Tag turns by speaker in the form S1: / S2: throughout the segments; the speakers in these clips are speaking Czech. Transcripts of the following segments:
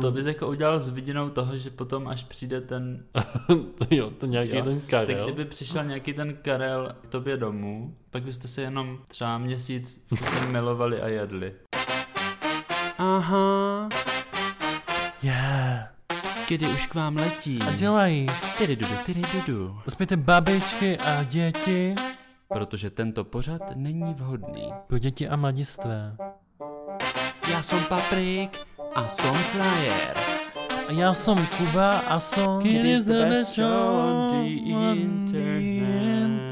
S1: To bys jako udělal s vidinou toho, že potom až přijde ten,
S2: jo, to nějaký
S1: Jo.
S2: ten
S1: tak
S2: Karel.
S1: kdyby přišel nějaký ten Karel k tobě domů, pak byste se jenom třeba měsíc se milovali a jedli.
S3: Aha,
S2: Yeah.
S3: kdy už k vám letí.
S2: A dělají.
S3: Tyry dudu, tyry dudu.
S2: Uspějte babičky a děti.
S1: Protože tento pořad není vhodný.
S2: Pro děti a mladistvé.
S3: Já jsem Paprik a jsem Flyer.
S2: A já jsem Kuba a jsem...
S1: It is the best show on the internet.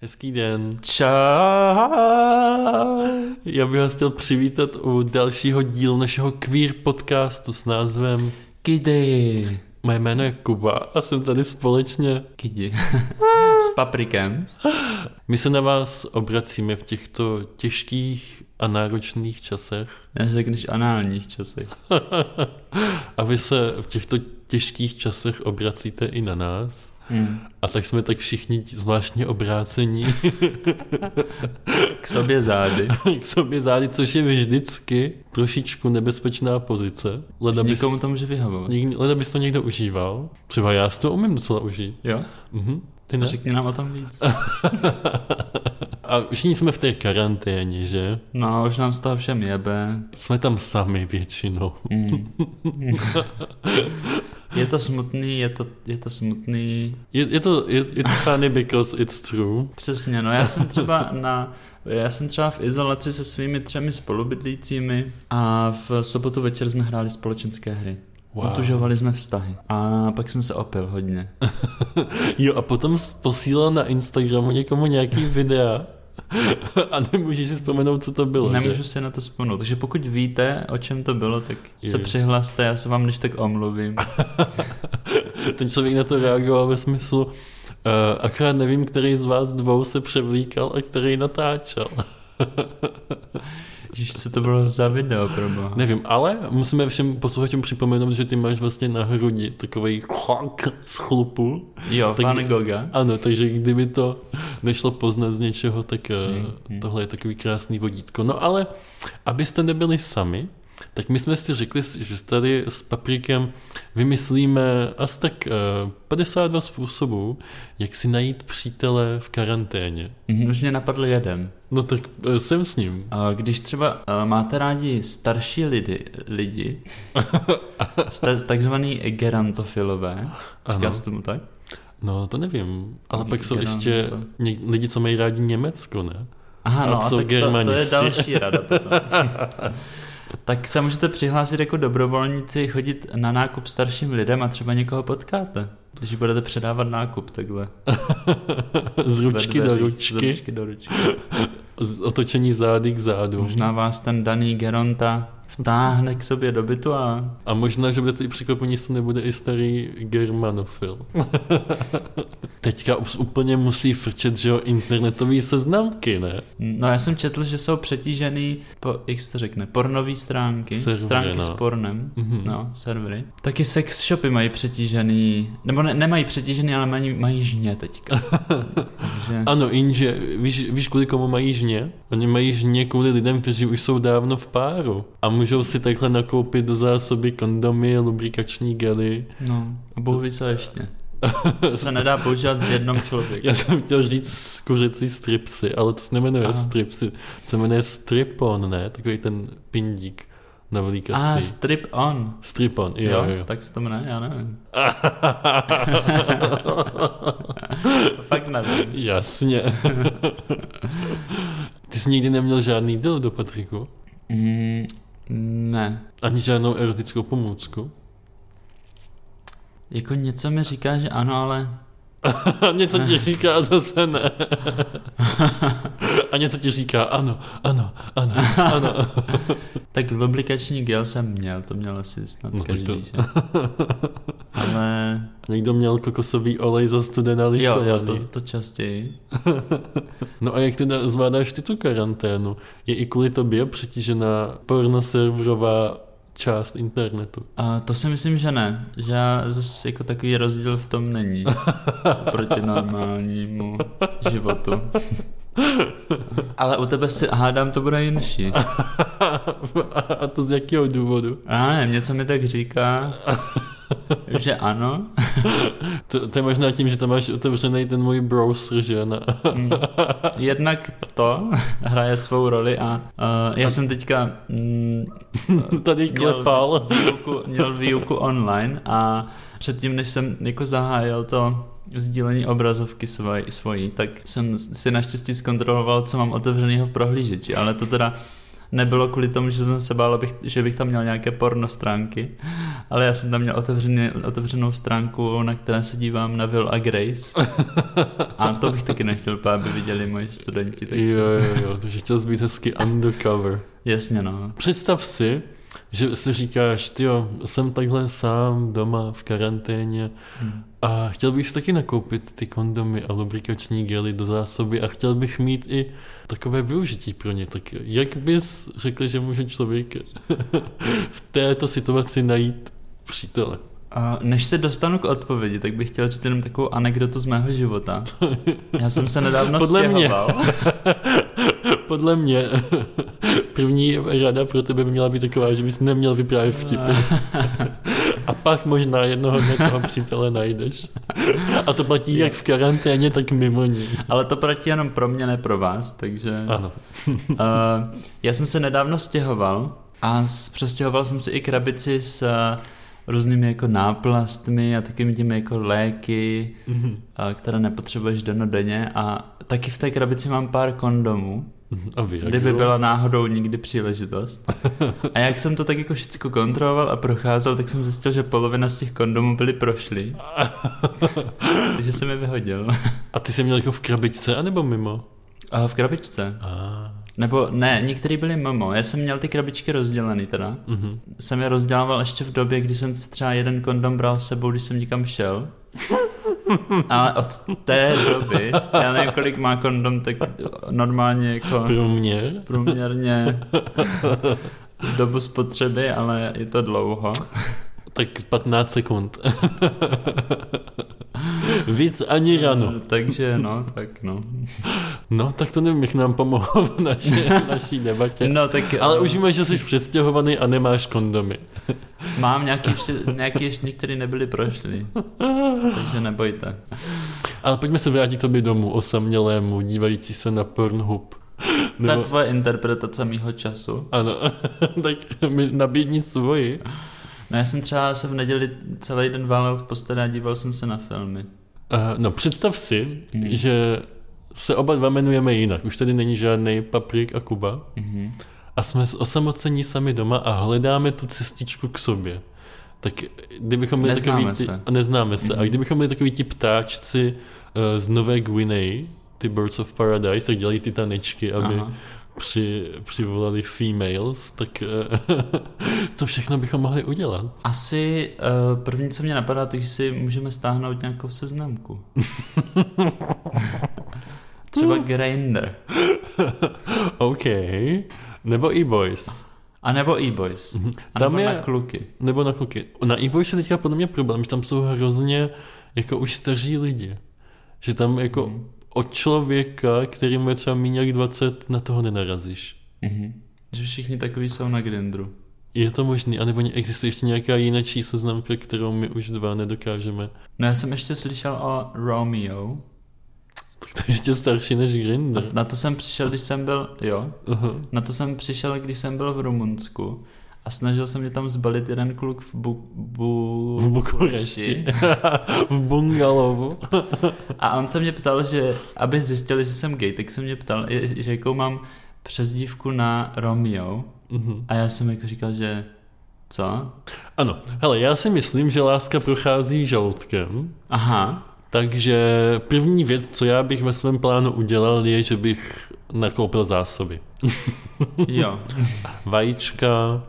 S2: Hezký den.
S1: Čau!
S2: Já bych vás chtěl přivítat u dalšího dílu našeho queer podcastu s názvem
S1: Kdy?
S2: Moje jméno je Kuba a jsem tady společně.
S1: Kdy? S paprikem.
S2: My se na vás obracíme v těchto těžkých a náročných časech.
S1: Já řekneš análních časech.
S2: a vy se v těchto těžkých časech obracíte i na nás.
S1: Hmm.
S2: A tak jsme tak všichni ti- zvláštně obrácení
S1: K sobě zády.
S2: k sobě zády, což je vždycky trošičku nebezpečná pozice. Leda bys,
S1: Nikomu to může vyhovovat.
S2: nikdy, leda bys to někdo užíval. Třeba já si to umím docela užít.
S1: Jo? No,
S2: Mhm. Ty ne?
S1: Řekni nám o tom víc.
S2: A všichni jsme v té karanténě, že?
S1: No, už nám z toho všem jebe.
S2: Jsme tam sami většinou.
S1: Mm. je to smutný, je to, je to smutný.
S2: Je, je to, je, it's funny because it's true.
S1: Přesně, no já jsem třeba na, já jsem třeba v izolaci se svými třemi spolubydlícími a v sobotu večer jsme hráli společenské hry.
S2: Wow.
S1: Wow. Utužovali jsme vztahy. A pak jsem se opil hodně.
S2: Jo, a potom s- posílal na Instagramu někomu nějaký videa a nemůžeš si vzpomenout, co to bylo.
S1: Nemůžu
S2: Že?
S1: si na to vzpomenout. Takže pokud víte, o čem to bylo, tak
S2: Je.
S1: se přihlaste, já se vám než tak omluvím.
S2: Ten člověk na to reagoval ve smyslu, uh, akorát nevím, který z vás dvou se převlíkal a který natáčel.
S1: Ježiš, co to bylo za video pro boha.
S2: Nevím, ale musíme všem posluchačům připomenout, že ty máš vlastně na hrudi takový klak z chlupu.
S1: Jo,
S2: Tak-
S1: Van Gogha.
S2: Ano, takže kdyby to nešlo poznat z něčeho, tak
S1: Hmm,
S2: hmm.
S1: hmm.
S2: tohle je takový krásný vodítko. No ale, abyste nebyli sami, tak my jsme si řekli, že tady s Paprikem vymyslíme asi tak eh, 52 způsobů, jak si najít přítele v karanténě.
S1: Mhm, Už mě napadl jeden.
S2: No tak eh, jsem s ním.
S1: A Když třeba eh, máte rádi starší lidi, lidi sta- takzvaný gerantofilové,
S2: Ano.
S1: říká se tomu tak?
S2: No to nevím, ale pak jsou
S1: Jenom
S2: ještě
S1: to.
S2: něk- lidi, co mají rádi Německo, ne?
S1: Aha,
S2: A
S1: no, a
S2: co
S1: tak to, to je
S2: germanisti?
S1: další rada potom. tak se můžete přihlásit jako dobrovolníci, chodit na nákup starším lidem a třeba někoho potkáte. Když budete předávat nákup takhle.
S2: Z
S1: ve
S2: ručky do
S1: dveřích, Z
S2: ručky,
S1: ručky do ručky.
S2: z otočení zády k zádu.
S1: Možná vás ten daný geronta vtáhne k sobě do bytu a
S2: A možná, že budete i překvapení, jestli nebude i starý germanofil. Teďka už úplně musí frčet, že jo, internetový seznamky, ne?
S1: No já jsem četl, že jsou přetížený, po, jak se to řekne, pornové stránky,
S2: Servery,
S1: Servery, stránky
S2: no.
S1: no. s pornem,
S2: Mhm.
S1: mm-hmm. no, servery. Taky sex shopy mají přetížený, nebo ne, nemají přetížený, ale mají, mají žně teďka. Takže,
S2: Ano, jinže, víš, víš kvůli komu mají žně? Oni mají žně kvůli lidem, kteří už jsou dávno v páru. A můžou si takhle nakoupit do zásoby kondomy, lubrikační gely.
S1: no, a Bůh ví co ještě. Co se nedá používat v jednom člověku.
S2: Já jsem chtěl říct kuřecí stripsy, ale to se nemenuje
S1: Aha.
S2: stripsy. To se jmenuje stripon, ne? Takový ten pindík na
S1: A,
S2: vlíkací.
S1: strip on.
S2: Stripon, jo,
S1: Ah, Jo,
S2: jo. jo.
S1: tak se to jmenuje, já nevím. Fakt nevím.
S2: Jasně. Ty jsi nikdy neměl žádný díl do Patriku?
S1: Mm, ne,
S2: Ani žádnou erotickou pomůcku?
S1: jako něco mi říká, že ano, ale
S2: něco ti říká a zase ne. a něco ti říká ano, ano, ano, ano.
S1: Tak lubrikační gel jsem měl, to měl asi snad
S2: No
S1: no,
S2: tak
S1: každý,
S2: to-
S1: to... že? Ale
S2: Někdo měl kokosový olej za studena
S1: jo,
S2: lisovaný.
S1: jo to, to častěji.
S2: No a jak teda zvládáš ty tu karanténu? Je i kvůli tobě přetížená pornoserverová část internetu.
S1: A to si myslím, že ne. Že já zase jako takový rozdíl v tom není. Proti normálnímu životu. Ale u tebe si hádám, to bude jinší.
S2: A to z jakého důvodu?
S1: Já nevím, něco mi tak říká, že ano.
S2: To, to je možná tím, že tam máš otevřený ten můj browser, že? Na...
S1: Jednak to hraje svou roli a uh, já jsem teďka mm,
S2: Tady
S1: Měl-
S2: klepal.
S1: výuku, měl výuku online a předtím, než jsem jako zahájil to sdílení obrazovky svojí, svojí tak jsem si naštěstí zkontroloval, co mám otevřenýho v prohlížeči, ale to teda nebylo kvůli tomu, že jsem se bál, abych, že bych tam měl nějaké porno stránky, ale já jsem tam měl otevřený, otevřenou stránku, na které se dívám na Will a Grace a to bych taky nechtěl, úplně, aby viděli moji studenti, takže
S2: Jo, jo, jo, takže chtěl jsi být hezky undercover.
S1: jasně no.
S2: Představ si, že si říkáš, jo, jsem takhle sám doma v karanténě a chtěl bych si taky nakoupit ty kondomy a lubrikační gely do zásoby a chtěl bych mít i takové využití pro ně. Tak jak bys řekl, že může člověk v této situaci najít přítele?
S1: A Než se dostanu k odpovědi, tak bych chtěl říct jenom takovou anekdotu z mého života. Já jsem se nedávno
S2: Podle mě.
S1: stěhoval.
S2: Podle mě první rada pro tebe by měla být taková, že bys neměl vyprávět vtipy. A pak možná jednoho dne toho přítele najdeš. A to platí jak v karanténě, tak mimo ní.
S1: Ale to platí jenom pro mě, ne pro vás, takže...
S2: Ano.
S1: Uh, já jsem se nedávno stěhoval a s- přestěhoval jsem si i krabici s eh, různými jako náplastmi a takovými těmi jako léky,
S2: Mhm.
S1: eh, které nepotřebuješ denodenně a taky v té krabici mám pár kondomů.
S2: A vy, jak
S1: Kdyby
S2: bylo?
S1: byla náhodou nikdy příležitost. A jak jsem to tak jako všechno kontroloval a procházel, tak jsem zjistil, že polovina z těch kondomů byly prošly. Takže jsem je vyhodil.
S2: A ty jsi měl jako v krabičce, anebo mimo?
S1: A v krabičce.
S2: A,
S1: Nebo ne, některý byly mimo. Já jsem měl ty krabičky rozdělený teda.
S2: mhm.
S1: Jsem je rozdělával ještě v době, kdy jsem si třeba jeden kondom bral s sebou, když jsem někam šel. Ale od té doby, já nevím, kolik má kondom, tak normálně jako...
S2: Průměr?
S1: průměrně dobu spotřeby, ale je to dlouho.
S2: Tak 15 sekund. Víc ani rano.
S1: Takže no, tak no.
S2: No, tak to nevím, jak nám pomohlo v naše, naší debatě.
S1: No tak
S2: Ale
S1: eh,
S2: užíme, že jsi přestěhovaný a nemáš kondomy.
S1: mám nějaký ještě, nějaký ještě některé nebyly prošly. Takže nebojte.
S2: Ale pojďme se vrátit k tobě domů, osamělému, dívající se na Pornhub.
S1: To
S2: Nebo,
S1: je tvoje interpretace mýho času.
S2: ano, tak mi nabídni svoji.
S1: No já jsem třeba se v neděli celý den válel v posteli a díval jsem se na filmy.
S2: Uh, no, představ si,
S1: Mhm.
S2: že se oba dva jmenujeme jinak. Už tady není žádný Paprik a Kuba.
S1: Mhm.
S2: A jsme osamocení sami doma a hledáme tu cestičku k sobě. Tak kdybychom byli
S1: Neznáme
S2: takový ty,
S1: se. Mhm.
S2: a neznáme se. A kdybychom byli takový ti ptáčci uh, z Nové Guineji, ty Birds of Paradise, jak dělají ty tanečky, aby
S1: Aha.
S2: při, přivolali females, tak eh, co všechno bychom mohli udělat?
S1: Asi uh, první, co mě napadá, takže si můžeme stáhnout nějakou seznamku. Třeba Grindr.
S2: OK. Nebo e-boys.
S1: A nebo e-boys. A
S2: Mhm. Tam
S1: nebo
S2: je-
S1: na kluky.
S2: Nebo na kluky. Na e-boys je teďka podle mě problém, že tam jsou hrozně jako už staří lidi. Že tam jako od člověka, který mu je třeba míň jak 20, na toho nenarazíš. Mhm.
S1: Že všichni takový jsou na Grindru.
S2: Je to možný, anebo ně- existuje ještě nějaká jinačí seznamka, kterou my už dva nedokážeme.
S1: No já jsem ještě slyšel o Romeo.
S2: Tak to je ještě starší než
S1: Na,
S2: Grindr.
S1: na to jsem přišel, když jsem byl... Jo.
S2: Aha.
S1: Na to jsem přišel, když jsem byl v Rumunsku. A snažil se mě tam zbalit jeden kluk v, bu, bu,
S2: V Bukurešti. v bungalovu.
S1: A on se mě ptal, že aby zjistil, jestli jsem gay, tak se mě ptal, je- že jakou mám přezdívku na Romeo.
S2: Mhm.
S1: A já jsem jako říkal, že co?
S2: Ano, hele, já si myslím, že láska prochází žaludkem,
S1: Aha.
S2: takže první věc, co já bych ve svém plánu udělal, je, že bych nakoupil zásoby.
S1: Jo.
S2: Vajíčka,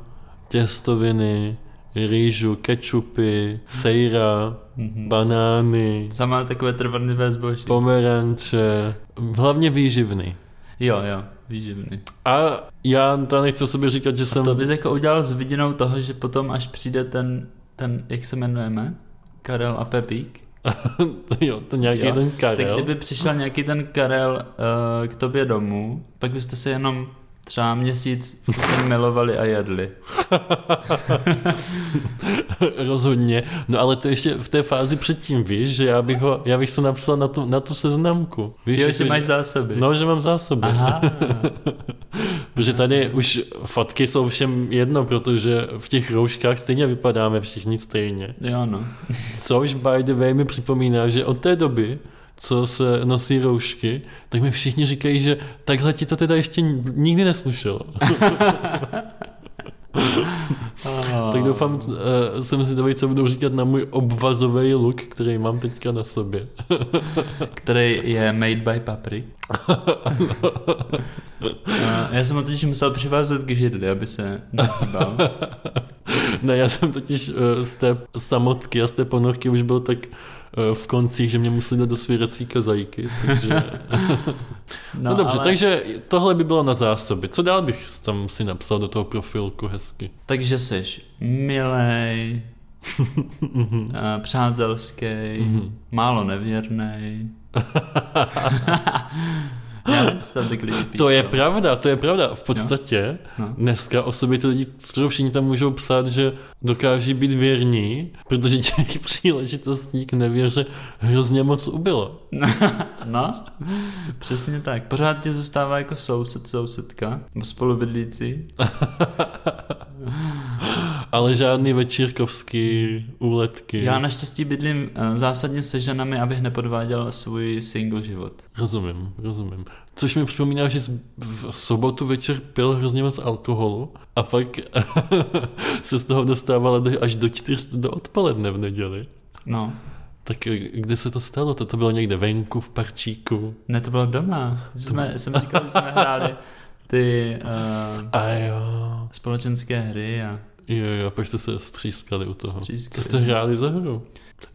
S2: těstoviny, rýžu, kečupy, sejra,
S1: Mhm.
S2: banány,
S1: Sama takové trvanlivé zboží.
S2: pomeranče, hlavně výživný.
S1: Jo, jo, výživný.
S2: A já to nechci o sobě říkat, že jsem...
S1: To bys jako udělal s vidinou toho, že potom, až přijde ten, ten jak se jmenujeme? Karel a Pepík.
S2: to jo, to nějaký
S1: Jo.
S2: jo. ten
S1: Tak
S2: Karel.
S1: kdyby přišel nějaký ten Karel eh, k tobě domů, pak byste se jenom třeba měsíc v kuse milovali a jedli.
S2: Rozhodně. No ale to ještě v té fázi předtím, víš, že já bych, ho, já bych to napsal na tu, na tu seznamku. Víš,
S1: Jo,
S2: jako,
S1: že máš zásoby.
S2: No, že mám zásoby.
S1: Aha.
S2: Protože tady už fotky jsou všem jedno, protože v těch rouškách stejně vypadáme všichni stejně.
S1: Jo, no.
S2: Což by the way mi připomíná, že od té doby, co se nosí roušky, tak mi všichni říkají, že takhle ti to teda ještě nikdy neslušelo. Tak doufám, eh, jsem zvědavý, co budou říkat na můj obvazový look, který mám teďka na sobě.
S1: který je made by paprik. Eh, Já jsem ho totiž musel přivázet k židli, aby se nechybal.
S2: No Ne, já jsem totiž eh, z té samotky a z té ponorky už byl tak eh, v koncích, že mě museli dát do svěrecíka zajíky, takže... No, no dobře, ale... takže tohle by bylo na zásoby. Co dál bych tam si napsal do toho profilku hezky?
S1: Takže seš milej, eh, přátelský,
S2: Mhm.
S1: málo nevěrnej. Já nic tam bych lidi
S2: To je
S1: píšou.
S2: pravda, to je pravda. V podstatě
S1: No.
S2: no. dneska o sobě ty lidi skoro všichni tam můžou psát, že dokáží být věrní, protože těch příležitostí k nevěře hrozně moc ubylo.
S1: No, přesně tak. Pořád ti zůstává jako soused, sousedka, nebo
S2: Mhm.
S1: spolubydlící.
S2: Ale žádný večírkovský úletky.
S1: Já naštěstí bydlím eh, zásadně se ženami, abych nepodváděl svůj single život.
S2: Rozumím, rozumím. Což mi připomíná, že z- v sobotu večer pil hrozně moc alkoholu a pak se z toho dostávala do- až do čtyř do odpoledne v neděli.
S1: No,
S2: Tak eh, kde se to stalo? To, to bylo někde venku, v parčíku.
S1: ne, to bylo doma. Jsme, jsem říkal, že jsme hráli ty uh,
S2: A jo.
S1: společenské hry a
S2: Jo, jo, a pak jste se střískali u toho.
S1: Střískali.
S2: Co jste hráli za hru?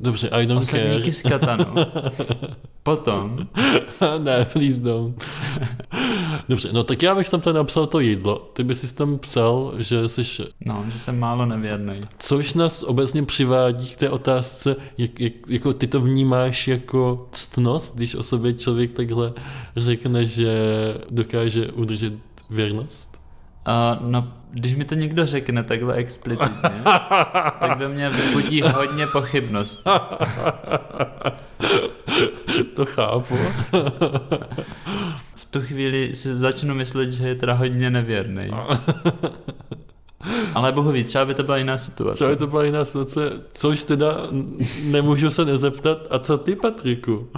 S2: Dobře, I don't
S1: osadníky
S2: care.
S1: z Katanu. no. Potom,
S2: ne, please don't. Dobře, no tak já bych tam tady napsal to jídlo. Ty bys si tam psal, že jsi...
S1: no, že jsem málo nevěrný.
S2: Což nás obecně přivádí k té otázce, jak, jak, jako ty to vnímáš jako ctnost, když o sobě člověk takhle řekne, že dokáže udržet věrnost?
S1: Uh, no, když mi to někdo řekne takhle explicitně, tak ve mně vybudí hodně pochybností.
S2: to chápu.
S1: V tu chvíli si začnu myslet, že je teda hodně nevěrný.
S2: No.
S1: Ale bohu ví, třeba by to byla jiná situace.
S2: Co je to byla jiná situace, což teda n- nemůžu se nezeptat. A co ty, Patriku?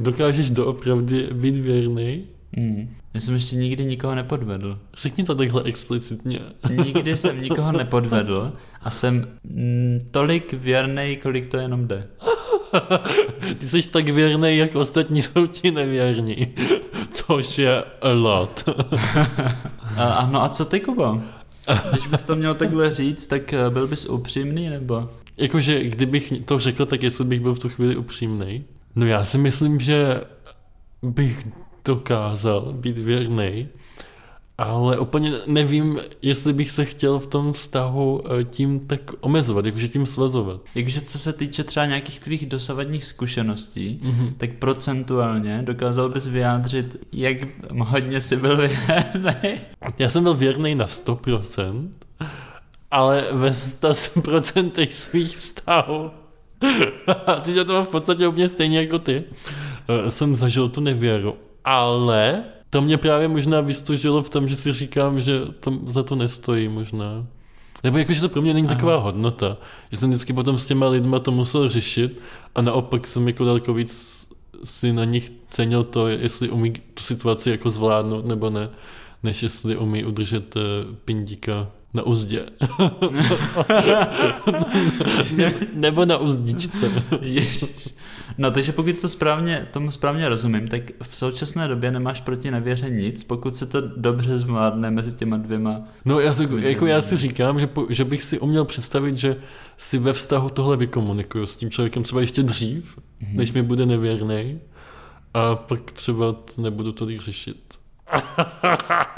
S2: Dokážeš doopravdy být věrný?
S1: Hmm. Já jsem ještě nikdy nikoho nepodvedl.
S2: Řekni to takhle explicitně.
S1: Nikdy jsem nikoho nepodvedl a jsem mm, tolik věrný, kolik to jenom jde.
S2: Ty jsi tak věrný, jak ostatní jsou ti nevěrní. Což je a lot.
S1: A, a no a co ty, Kubo? Když bys to měl takhle říct, tak eh, byl bys upřímný, nebo?
S2: Jakože, kdybych to řekl, tak jestli bych byl v tu chvíli upřímný. No já si myslím, že bych dokázal být věrný, ale úplně nevím, jestli bych se chtěl v tom vztahu eh, tím tak omezovat, jakože tím svazovat.
S1: Jakože co se týče třeba nějakých tvých dosavadních zkušeností,
S2: Mhm.
S1: tak procentuálně dokázal bys vyjádřit, jak hodně jsi byl věrný.
S2: Já jsem byl věrný na 100%, ale ve 100% svých vztahů. Což já to mám v podstatě úplně stejně jako ty. Eh, Jsem zažil tu nevěru, ale to mě právě možná vystužilo v tom, že si říkám, že to za to nestojí možná. Nebo jakože to pro mě není taková hodnota. Že jsem vždycky potom s těma lidma to musel řešit a naopak jsem jako daleko víc si na nich cenil to, jestli umí tu situaci jako zvládnout nebo ne, než jestli umí udržet eh, pindíka na uzdě. Ne- nebo na uzdičce.
S1: Ježiš. No takže pokud to správně, tomu správně rozumím, tak v současné době nemáš proti nevěře nic, pokud se to dobře zvládne mezi těma dvěma.
S2: No já si, jako já si říkám, že, po, že bych si uměl představit, že si ve vztahu tohle vykomunikuju s tím člověkem třeba ještě dřív, mm-hmm. než mi bude nevěrný. A pak třeba t- nebudu tolik řešit.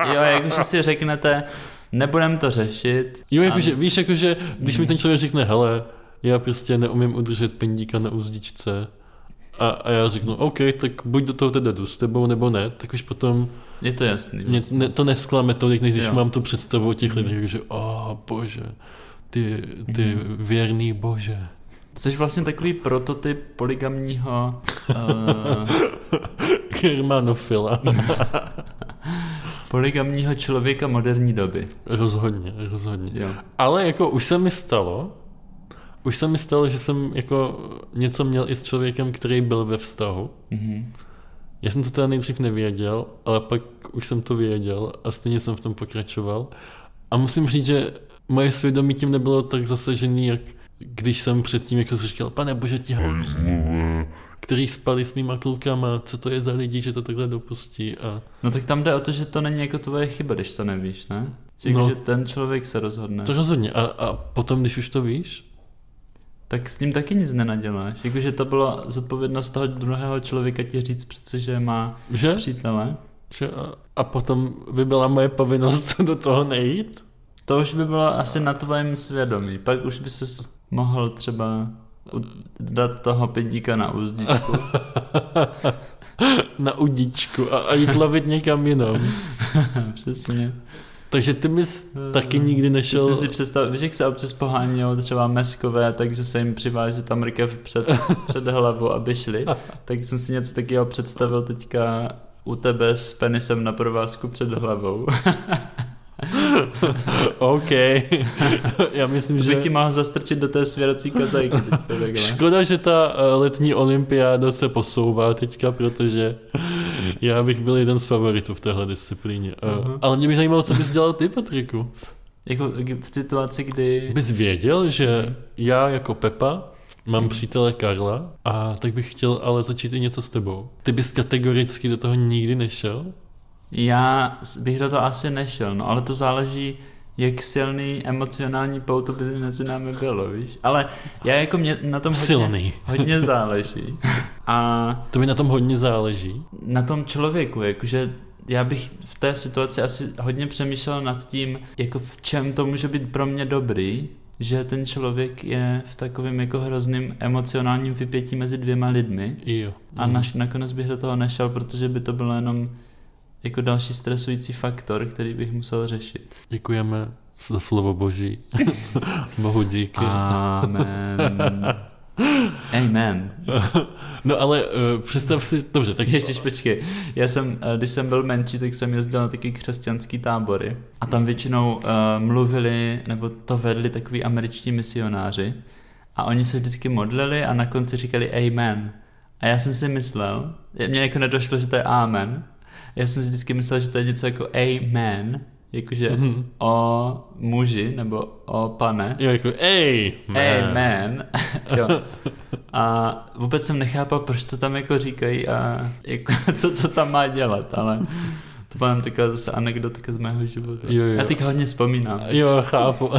S1: Jo, jakože si řeknete, nebudem to řešit.
S2: jako Mhm. Jo, jakože, víš, jakože, když mi ten člověk řekne, hele, já prostě neumím udržet pendíka na úzdičce. A, a já řeknu, OK, tak buď do toho teda jdu s tebou, nebo ne, tak už potom
S1: Je to jasný.
S2: mě,
S1: vlastně.
S2: ne, to nesklame tolik, než když
S1: Jo. Mhm.
S2: mám tu představu o těch lidech, že oh, bože, ty, ty
S1: Mhm.
S2: věrný bože.
S1: Jsi vlastně takový prototyp poligamního uh,
S2: Germanofila.
S1: Mhm. poligamního člověka moderní doby.
S2: rozhodně, rozhodně.
S1: Jo.
S2: Ale jako už se mi stalo, už se mi stalo, že jsem jako něco měl i s člověkem, který byl ve vztahu.
S1: Mhm.
S2: Já jsem to teda nejdřív nevěděl, ale pak už jsem to věděl a stejně jsem v tom pokračoval. A musím říct, že moje svědomí tím nebylo tak zasažený, jak když jsem předtím jako si říkal, pane bože, ti hajzlové, který spali s mýma klukama, co to je za lidi, že to takhle dopustí a
S1: No tak tam jde o to, že to není jako tvoje chyba, když to nevíš, ne? Že,
S2: No.
S1: no. že ten člověk se rozhodne.
S2: to rozhodně. A, a potom, když už to víš,
S1: Tak s ním taky nic nenaděláš. Jakože to byla zodpovědnost toho druhého člověka ti říct přece, že má
S2: že?
S1: přítele.
S2: že a, a potom by byla moje povinnost do toho nejít?
S1: To už by bylo asi na tvém svědomí. Pak už by se mohl třeba u- dát toho pědíka na úzdičku.
S2: Na udičku a, a jít lovit někam jinam.
S1: Přesně.
S2: Takže ty bys taky nikdy
S1: Teď
S2: nešel...
S1: si představ, víš, jak se občas pohánějou třeba meskové, takže se jim přiváže tam mrkev před, před hlavu, aby šli. Tak jsem si něco takového představil teďka u tebe s penisem na provázku před hlavou.
S2: OK. Já myslím,
S1: To
S2: že...
S1: bych ti mohl zastrčit do té svěrací kazajky teďka takhle.
S2: Škoda, že ta eh, letní olympiáda se posouvá teďka, protože já bych byl jeden z favoritů v téhle disciplíně.
S1: Mhm.
S2: Uh-huh. Ale mě by zajímalo, co bys dělal ty, Patriku.
S1: Jako v situaci, kdy...
S2: Bys věděl, že já jako Pepa
S1: Mhm.
S2: mám přítele Karla a tak bych chtěl ale začít i něco s tebou. Ty bys kategoricky do toho nikdy nešel?
S1: Já s- bych do toho asi nešel, no ale to záleží, jak silný emocionální pouto by mezi námi bylo, víš? Ale já jako mě na tom hodně,
S2: Silný.
S1: hodně záleží. A
S2: To mi na tom hodně záleží.
S1: na tom člověku, jakože já bych v té situaci asi hodně přemýšlel nad tím, jako v čem to může být pro mě dobrý, že ten člověk je v takovém jako hrozným emocionálním vypětí mezi dvěma lidmi
S2: Jo.
S1: a naš, nakonec bych do toho nešel, protože by to bylo jenom jako další stresující faktor, který bych musel řešit.
S2: Děkujeme za slovo boží. Bohu díky.
S1: Amen. Amen.
S2: No ale uh, představ si, dobře, tak
S1: Ježíš, počkej, já jsem, eh, když jsem byl menší, tak jsem jezdil na taky křesťanský tábory a tam většinou uh, mluvili, nebo to vedli takový američtí misionáři a oni se vždycky modlili a na konci říkali amen. A já jsem si myslel, mě jako nedošlo, že to je amen, já jsem si vždycky myslel, že to je něco jako amen, jakože
S2: Mhm.
S1: mm-hmm. o muži nebo o pane.
S2: jo, jako, ej, man.
S1: Amen. jo. A vůbec jsem nechápal, proč to tam jako říkají a jako, co to tam má dělat, ale to byla jen taková zase anekdotka z mého života.
S2: Jo, jo.
S1: Já teď hodně vzpomínám.
S2: Jo, chápu.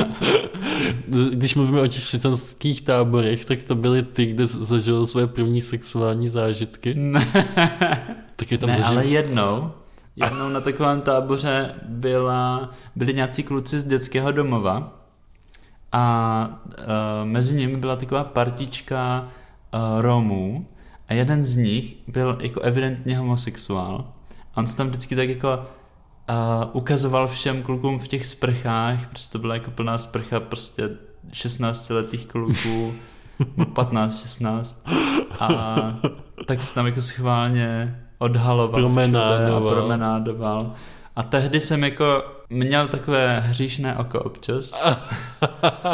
S2: Když mluvíme o těch křesťanských táborech, tak to byly ty, kde zažil své první sexuální zážitky.
S1: Ne,
S2: Tak je tam
S1: ne,
S2: zažil...
S1: ale jednou, jednou na takovém táboře byla, byli nějací kluci z dětského domova a e, mezi nimi byla taková partička e, Romů a jeden z nich byl jako evidentně homosexuál. A on se tam vždycky tak jako uh, ukazoval všem klukům v těch sprchách, protože to byla jako plná sprcha prostě 16-letých kluků, 15-16. A tak se tam jako schválně odhaloval všude
S2: Promenádoval.
S1: a promenádoval. A tehdy jsem jako měl takové hříšné oko občas.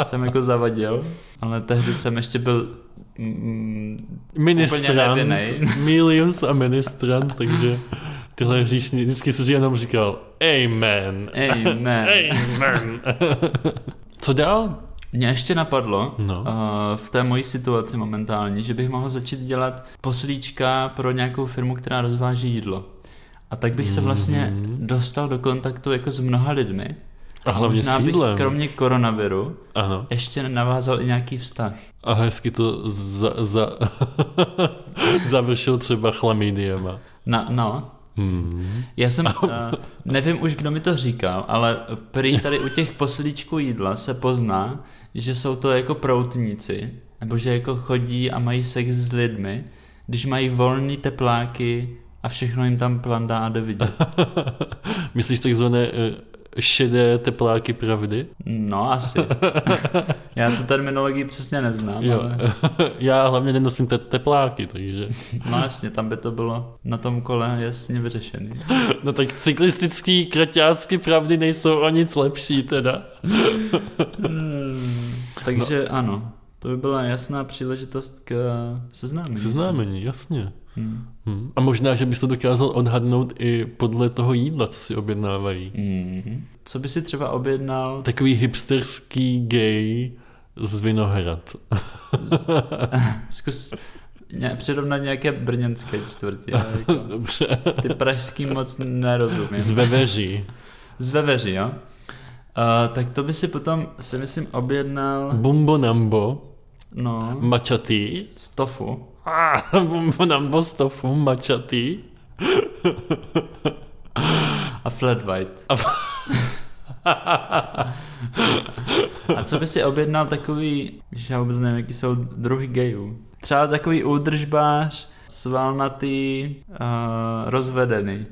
S1: jsem jako zavadil, ale tehdy jsem ještě byl mm,
S2: Ministrant,
S1: úplně nevinnej.
S2: Milius a ministrant, takže tyhle hříšní, vždycky se jenom říkal Amen.
S1: amen.
S2: Amen. Co dál?
S1: Mě ještě napadlo
S2: No.
S1: no. uh, v té mojí situaci momentální, že bych mohl začít dělat poslíčka pro nějakou firmu, která rozváží jídlo. A tak bych se vlastně dostal do kontaktu jako s mnoha lidmi.
S2: Mhm. A hlavně
S1: Možná
S2: s jídlem.
S1: bych kromě koronaviru
S2: Ano.
S1: ještě navázal i nějaký vztah.
S2: A hezky to za, za, završil třeba chlamydiema.
S1: Na, no,
S2: Hmm.
S1: Já jsem, uh, nevím už, kdo mi to říkal, ale prý tady u těch poslíčků jídla se pozná, že jsou to jako proutníci, nebo že jako chodí a mají sex s lidmi, když mají volný tepláky a všechno jim tam plandá a jde vidět.
S2: Myslíš takzvané eh, šedé tepláky pravdy?
S1: No, asi. Já tu terminologii přesně neznám,
S2: Jo.
S1: ale
S2: Já hlavně nenosím te- tepláky, takže...
S1: no jasně, tam by to bylo na tom kole jasně vyřešený.
S2: No tak cyklistický kraťásky pravdy nejsou o nic lepší teda.
S1: Takže no. ano, to by byla jasná příležitost k eh, seznámení. se.
S2: Seznámení, jasně.
S1: Hmm.
S2: Hm. A možná, že bys to dokázal odhadnout i podle toho jídla, co si objednávají.
S1: Mhm. Co by si třeba objednal?
S2: Takový hipsterský gay z Vinohrad.
S1: Zkus ně, přirovnat nějaké brněnské čtvrti. ale Jako,
S2: Dobře.
S1: ty pražský moc nerozumím.
S2: Z Veveří.
S1: Z Veveři, jo? Uh, tak to by si potom, si myslím, objednal,
S2: Bumbonambo,
S1: no,
S2: mačatý.
S1: z tofu.
S2: Ah, Bumbonambo s tofu, mačatý.
S1: A flat white. A, co by si objednal takový, když já vůbec nevím, jaký jsou druhy gejů. Třeba takový údržbář, svalnatý, uh, rozvedený.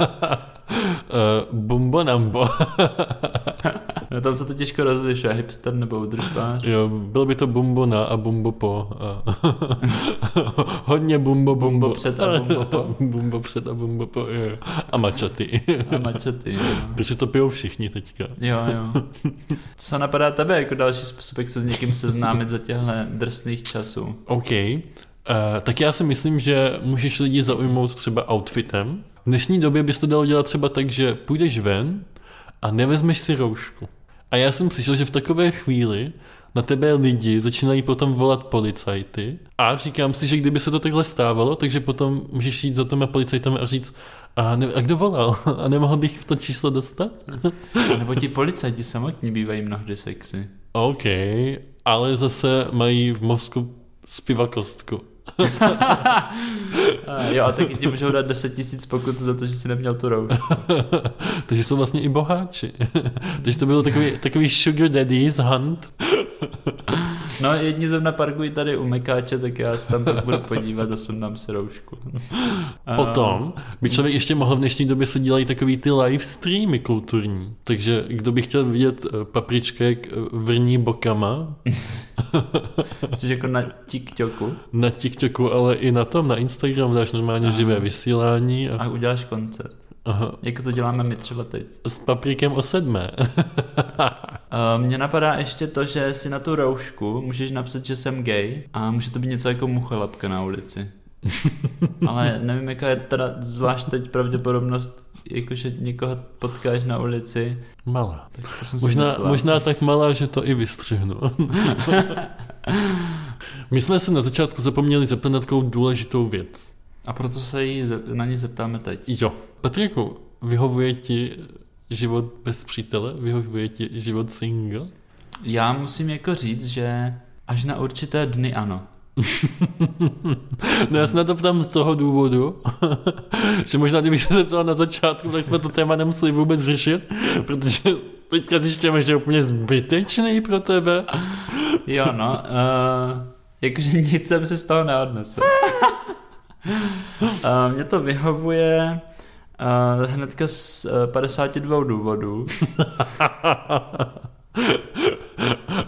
S2: Uh, bumbonambo.
S1: No tam se to těžko rozlišuje, hipster nebo údržbář.
S2: Jo, bylo by to bumbona a bumbopo. A hodně bumbo, bumbo.
S1: Bumbo před a bumbo po.
S2: bumbo před a bumbo po, jo. A mačaty.
S1: A no. mačety, jo.
S2: Protože to pijou všichni teďka.
S1: Jo, jo. Co napadá tebe jako další způsob, jak se s někým seznámit za těchto drsných časů?
S2: OK. Uh, tak já si myslím, že můžeš lidi zaujmout třeba outfitem. V dnešní době bys to dalo dělat třeba tak, že půjdeš ven a nevezmeš si roušku. A já jsem slyšel, že v takové chvíli na tebe lidi začínají potom volat policajty a říkám si, že kdyby se to takhle stávalo, takže potom můžeš jít za těma policajtama a říct a, ne, a kdo volal? A nemohl bych to číslo dostat?
S1: A nebo ti policajti samotní bývají mnohdy sexy.
S2: OK, ale zase mají v mozku zpivakostku.
S1: A jo, a taky ti můžou dát 10 tisíc pokutu za to, že jsi neměl tu roušku.
S2: Takže jsou vlastně i boháči. Takže to byl takový, takový sugar daddy's hunt.
S1: No, jedni zrovna parkují tady u Mekáče, tak já se tam pak budu podívat a sundám si roušku. A
S2: Potom by člověk ještě mohl v dnešní době se dělají takový ty live streamy kulturní. Takže kdo by chtěl vidět eh, paprička, jak eh, vrní bokama
S1: Jsi jako na TikToku
S2: na TikToku, ale i na tom, na Instagram dáš normálně
S1: Aha.
S2: živé vysílání a,
S1: a uděláš koncert.
S2: aha,
S1: Jako to děláme my třeba teď.
S2: s paprikem o sedmé.
S1: Eh, Mně napadá ještě to, že si na tu roušku můžeš napsat, že jsem gay a může to být něco jako muchalapka na ulici. Ale nevím, jaká je teda zvlášť teď pravděpodobnost, jakože někoho potkáš na ulici,
S2: Malá.
S1: tak to jsem si
S2: Možná,
S1: myslel.
S2: možná tak malá, že to i vystřihnu. My jsme se na začátku zapomněli zeptat na takovou důležitou věc.
S1: A proto se jí, ze- na ní zeptáme teď.
S2: Jo. Patriku, vyhovuje ti život bez přítele? Vyhovuje ti život single?
S1: Já musím jako říct, že až na určité dny ano.
S2: No já se na to ptám z toho důvodu, že možná kdybych se zeptal na začátku, tak jsme to téma nemuseli vůbec řešit, protože teďka zjišťujeme, že je úplně zbytečný pro tebe.
S1: Jo, no. Uh, jakože nic jsem si z toho neodnesl. Uh, mě to vyhovuje uh, hnedka z uh, 52 důvodů.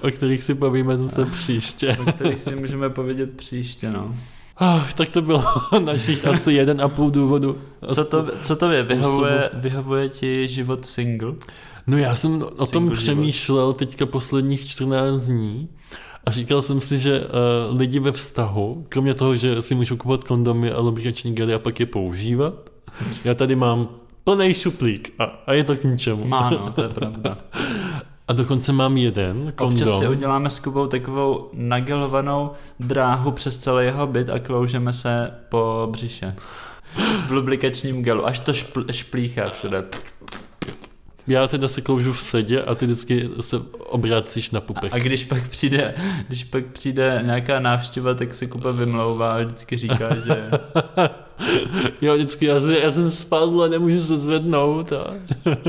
S2: o kterých si bavíme zase příště.
S1: o kterých si můžeme povědět příště, no.
S2: Ah, tak to bylo našich asi jeden a půl důvodu.
S1: Co to, co to je? Vyhovuje, vyhovuje ti život single?
S2: No já jsem o tom
S1: Single
S2: přemýšlel teďka posledních 14 dní a říkal jsem si, že uh, lidi ve vztahu, kromě toho, že si můžou kupovat kondomy a lubrikační gely a pak je používat, já tady mám plný šuplík a, a je to k ničemu.
S1: Má, no, to je pravda.
S2: A dokonce mám jeden kondom.
S1: Občas si uděláme s Kubou takovou nagelovanou dráhu přes celý jeho byt a kloužeme se po břiše. V lubrikačním gelu, až to špl, šplíchá všude.
S2: Já teda se kloužu v sedě a ty vždycky se obracíš na pupek.
S1: A když pak přijde, když pak přijde nějaká návštěva, tak se Kuba vymlouvá a vždycky říká, že
S2: Jo, vždycky, já, se- já jsem spadl a nemůžu se zvednout. A...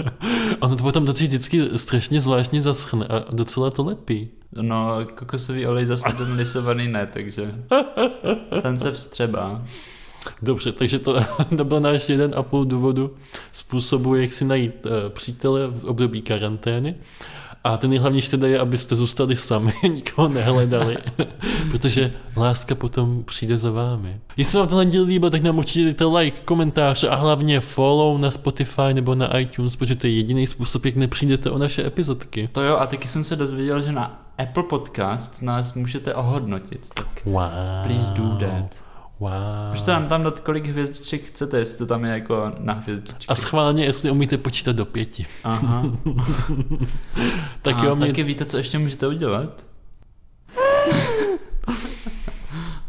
S2: ono to potom totiž vždycky strašně zvláštně zaschne a docela to lepí.
S1: No, kokosový olej zase ten lisovaný ne, takže ten se vstřebá.
S2: Dobře, takže to, to byl náš jeden a půl důvodu způsobu, jak si najít eh, přítele v období karantény. A ten nejhlavnější teda je, abyste zůstali sami, nikoho nehledali, protože láska potom přijde za vámi. Jestli vám tenhle díl líbil, tak nám určitě dejte like, komentář a hlavně follow na Spotify nebo na iTunes, protože to je jediný způsob, jak nepřijdete o naše epizodky.
S1: To jo, a taky jsem se dozvěděl, že na Apple Podcast nás můžete ohodnotit, tak
S2: Wow.
S1: please do that.
S2: Wow.
S1: Můžete nám tam dát, kolik hvězdiček chcete, jestli to tam je jako na hvězdičky.
S2: A schválně, jestli umíte počítat do pěti.
S1: Aha.
S2: Tak
S1: a
S2: jo, mě...
S1: taky víte, co ještě můžete udělat?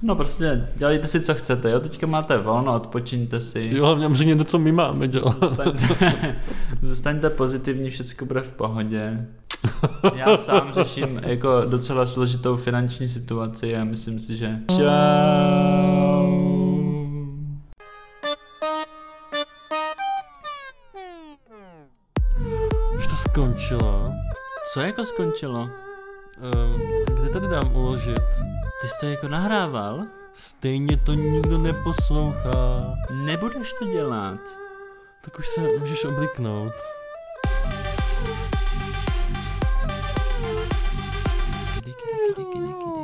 S1: No prostě, dělejte si, co chcete, jo? Teďka máte volno, odpočiňte si.
S2: Jo, hlavně že něco to my máme dělat.
S1: Zůstaňte, zůstaňte pozitivní, všechno bude v pohodě. Já sám řeším jako docela složitou finanční situaci a myslím si, že... Čau.
S2: Už to skončilo.
S1: Co jako skončilo?
S2: Um, kde tady dám uložit?
S1: Ty jsi to jako nahrával?
S2: Stejně to nikdo neposlouchá.
S1: Nebudeš to dělat.
S2: Tak už se můžeš obliknout.
S1: Diky, diky, diky, diky, diky.